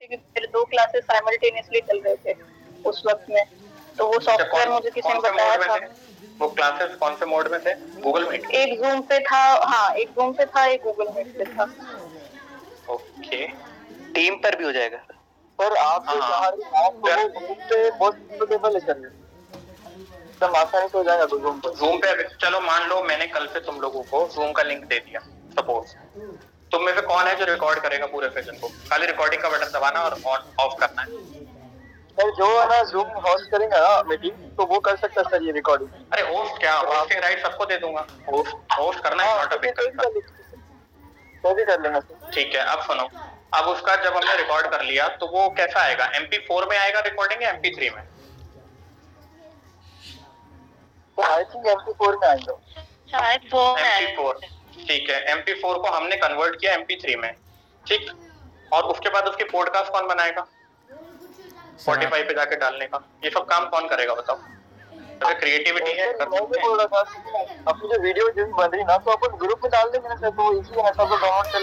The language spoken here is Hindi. क्योंकि मेरे दो क्लासेस साइमल्टेनियसली चल रहे थे उस वक्त में तो वो अच्छा, सॉफ्टवेयर मुझे किसी ने कौन से बताया mode था में थे? वो क्लासेस कौन से मोड में थे गूगल मीट एक जूम पे था हाँ एक जूम पे था एक गूगल मीट पे था ओके टीम पर भी हो जाएगा सर सर आप जो हाँ। बाहर आप सर- वो Zoom पे बहुत सुटेबल है सर ये। एकदम आसानी से हो जाएगा तो Zoom पर जूम पे अभी- चलो मान लो मैंने कल से तुम लोगों को जूम का लिंक दे दिया सपोज तुम में से कौन है जो रिकॉर्ड करेगा पूरे सेशन को खाली रिकॉर्डिंग का बटन दबाना और ऑन ऑफ करना है सर जो है ना जूम होस्ट करेगा ना मीटिंग तो वो कर सकता है सर ये रिकॉर्डिंग अरे होस्ट क्या होस्टिंग राइट सबको दे दूंगा होस्ट होस्ट करना है नॉट अ बिग कंसर्न तो भी कर लेंगे सर ठीक है अब सुनो अब उसका जब हमने रिकॉर्ड कर लिया तो वो कैसा आएगा एमपी फोर में आएगा रिकॉर्डिंग या एमपी थ्री में तो आई थिंक एम फोर में आएगा शायद वो एमपी फोर ठीक है एमपी फोर को हमने कन्वर्ट किया एमपी थ्री में ठीक और उसके बाद उसकी पॉडकास्ट कौन बनाएगा सर स्पॉटिफाई पे जाके डालने का ये सब काम कौन करेगा बताओ अगर क्रिएटिविटी है सर, कर मैं भी सकते हैं। बोल रहा था अपनी जो वीडियो जो भी बन रही ना तो अपन ग्रुप में डाल देंगे ना सर तो इसी हिसाब से डाउनलोड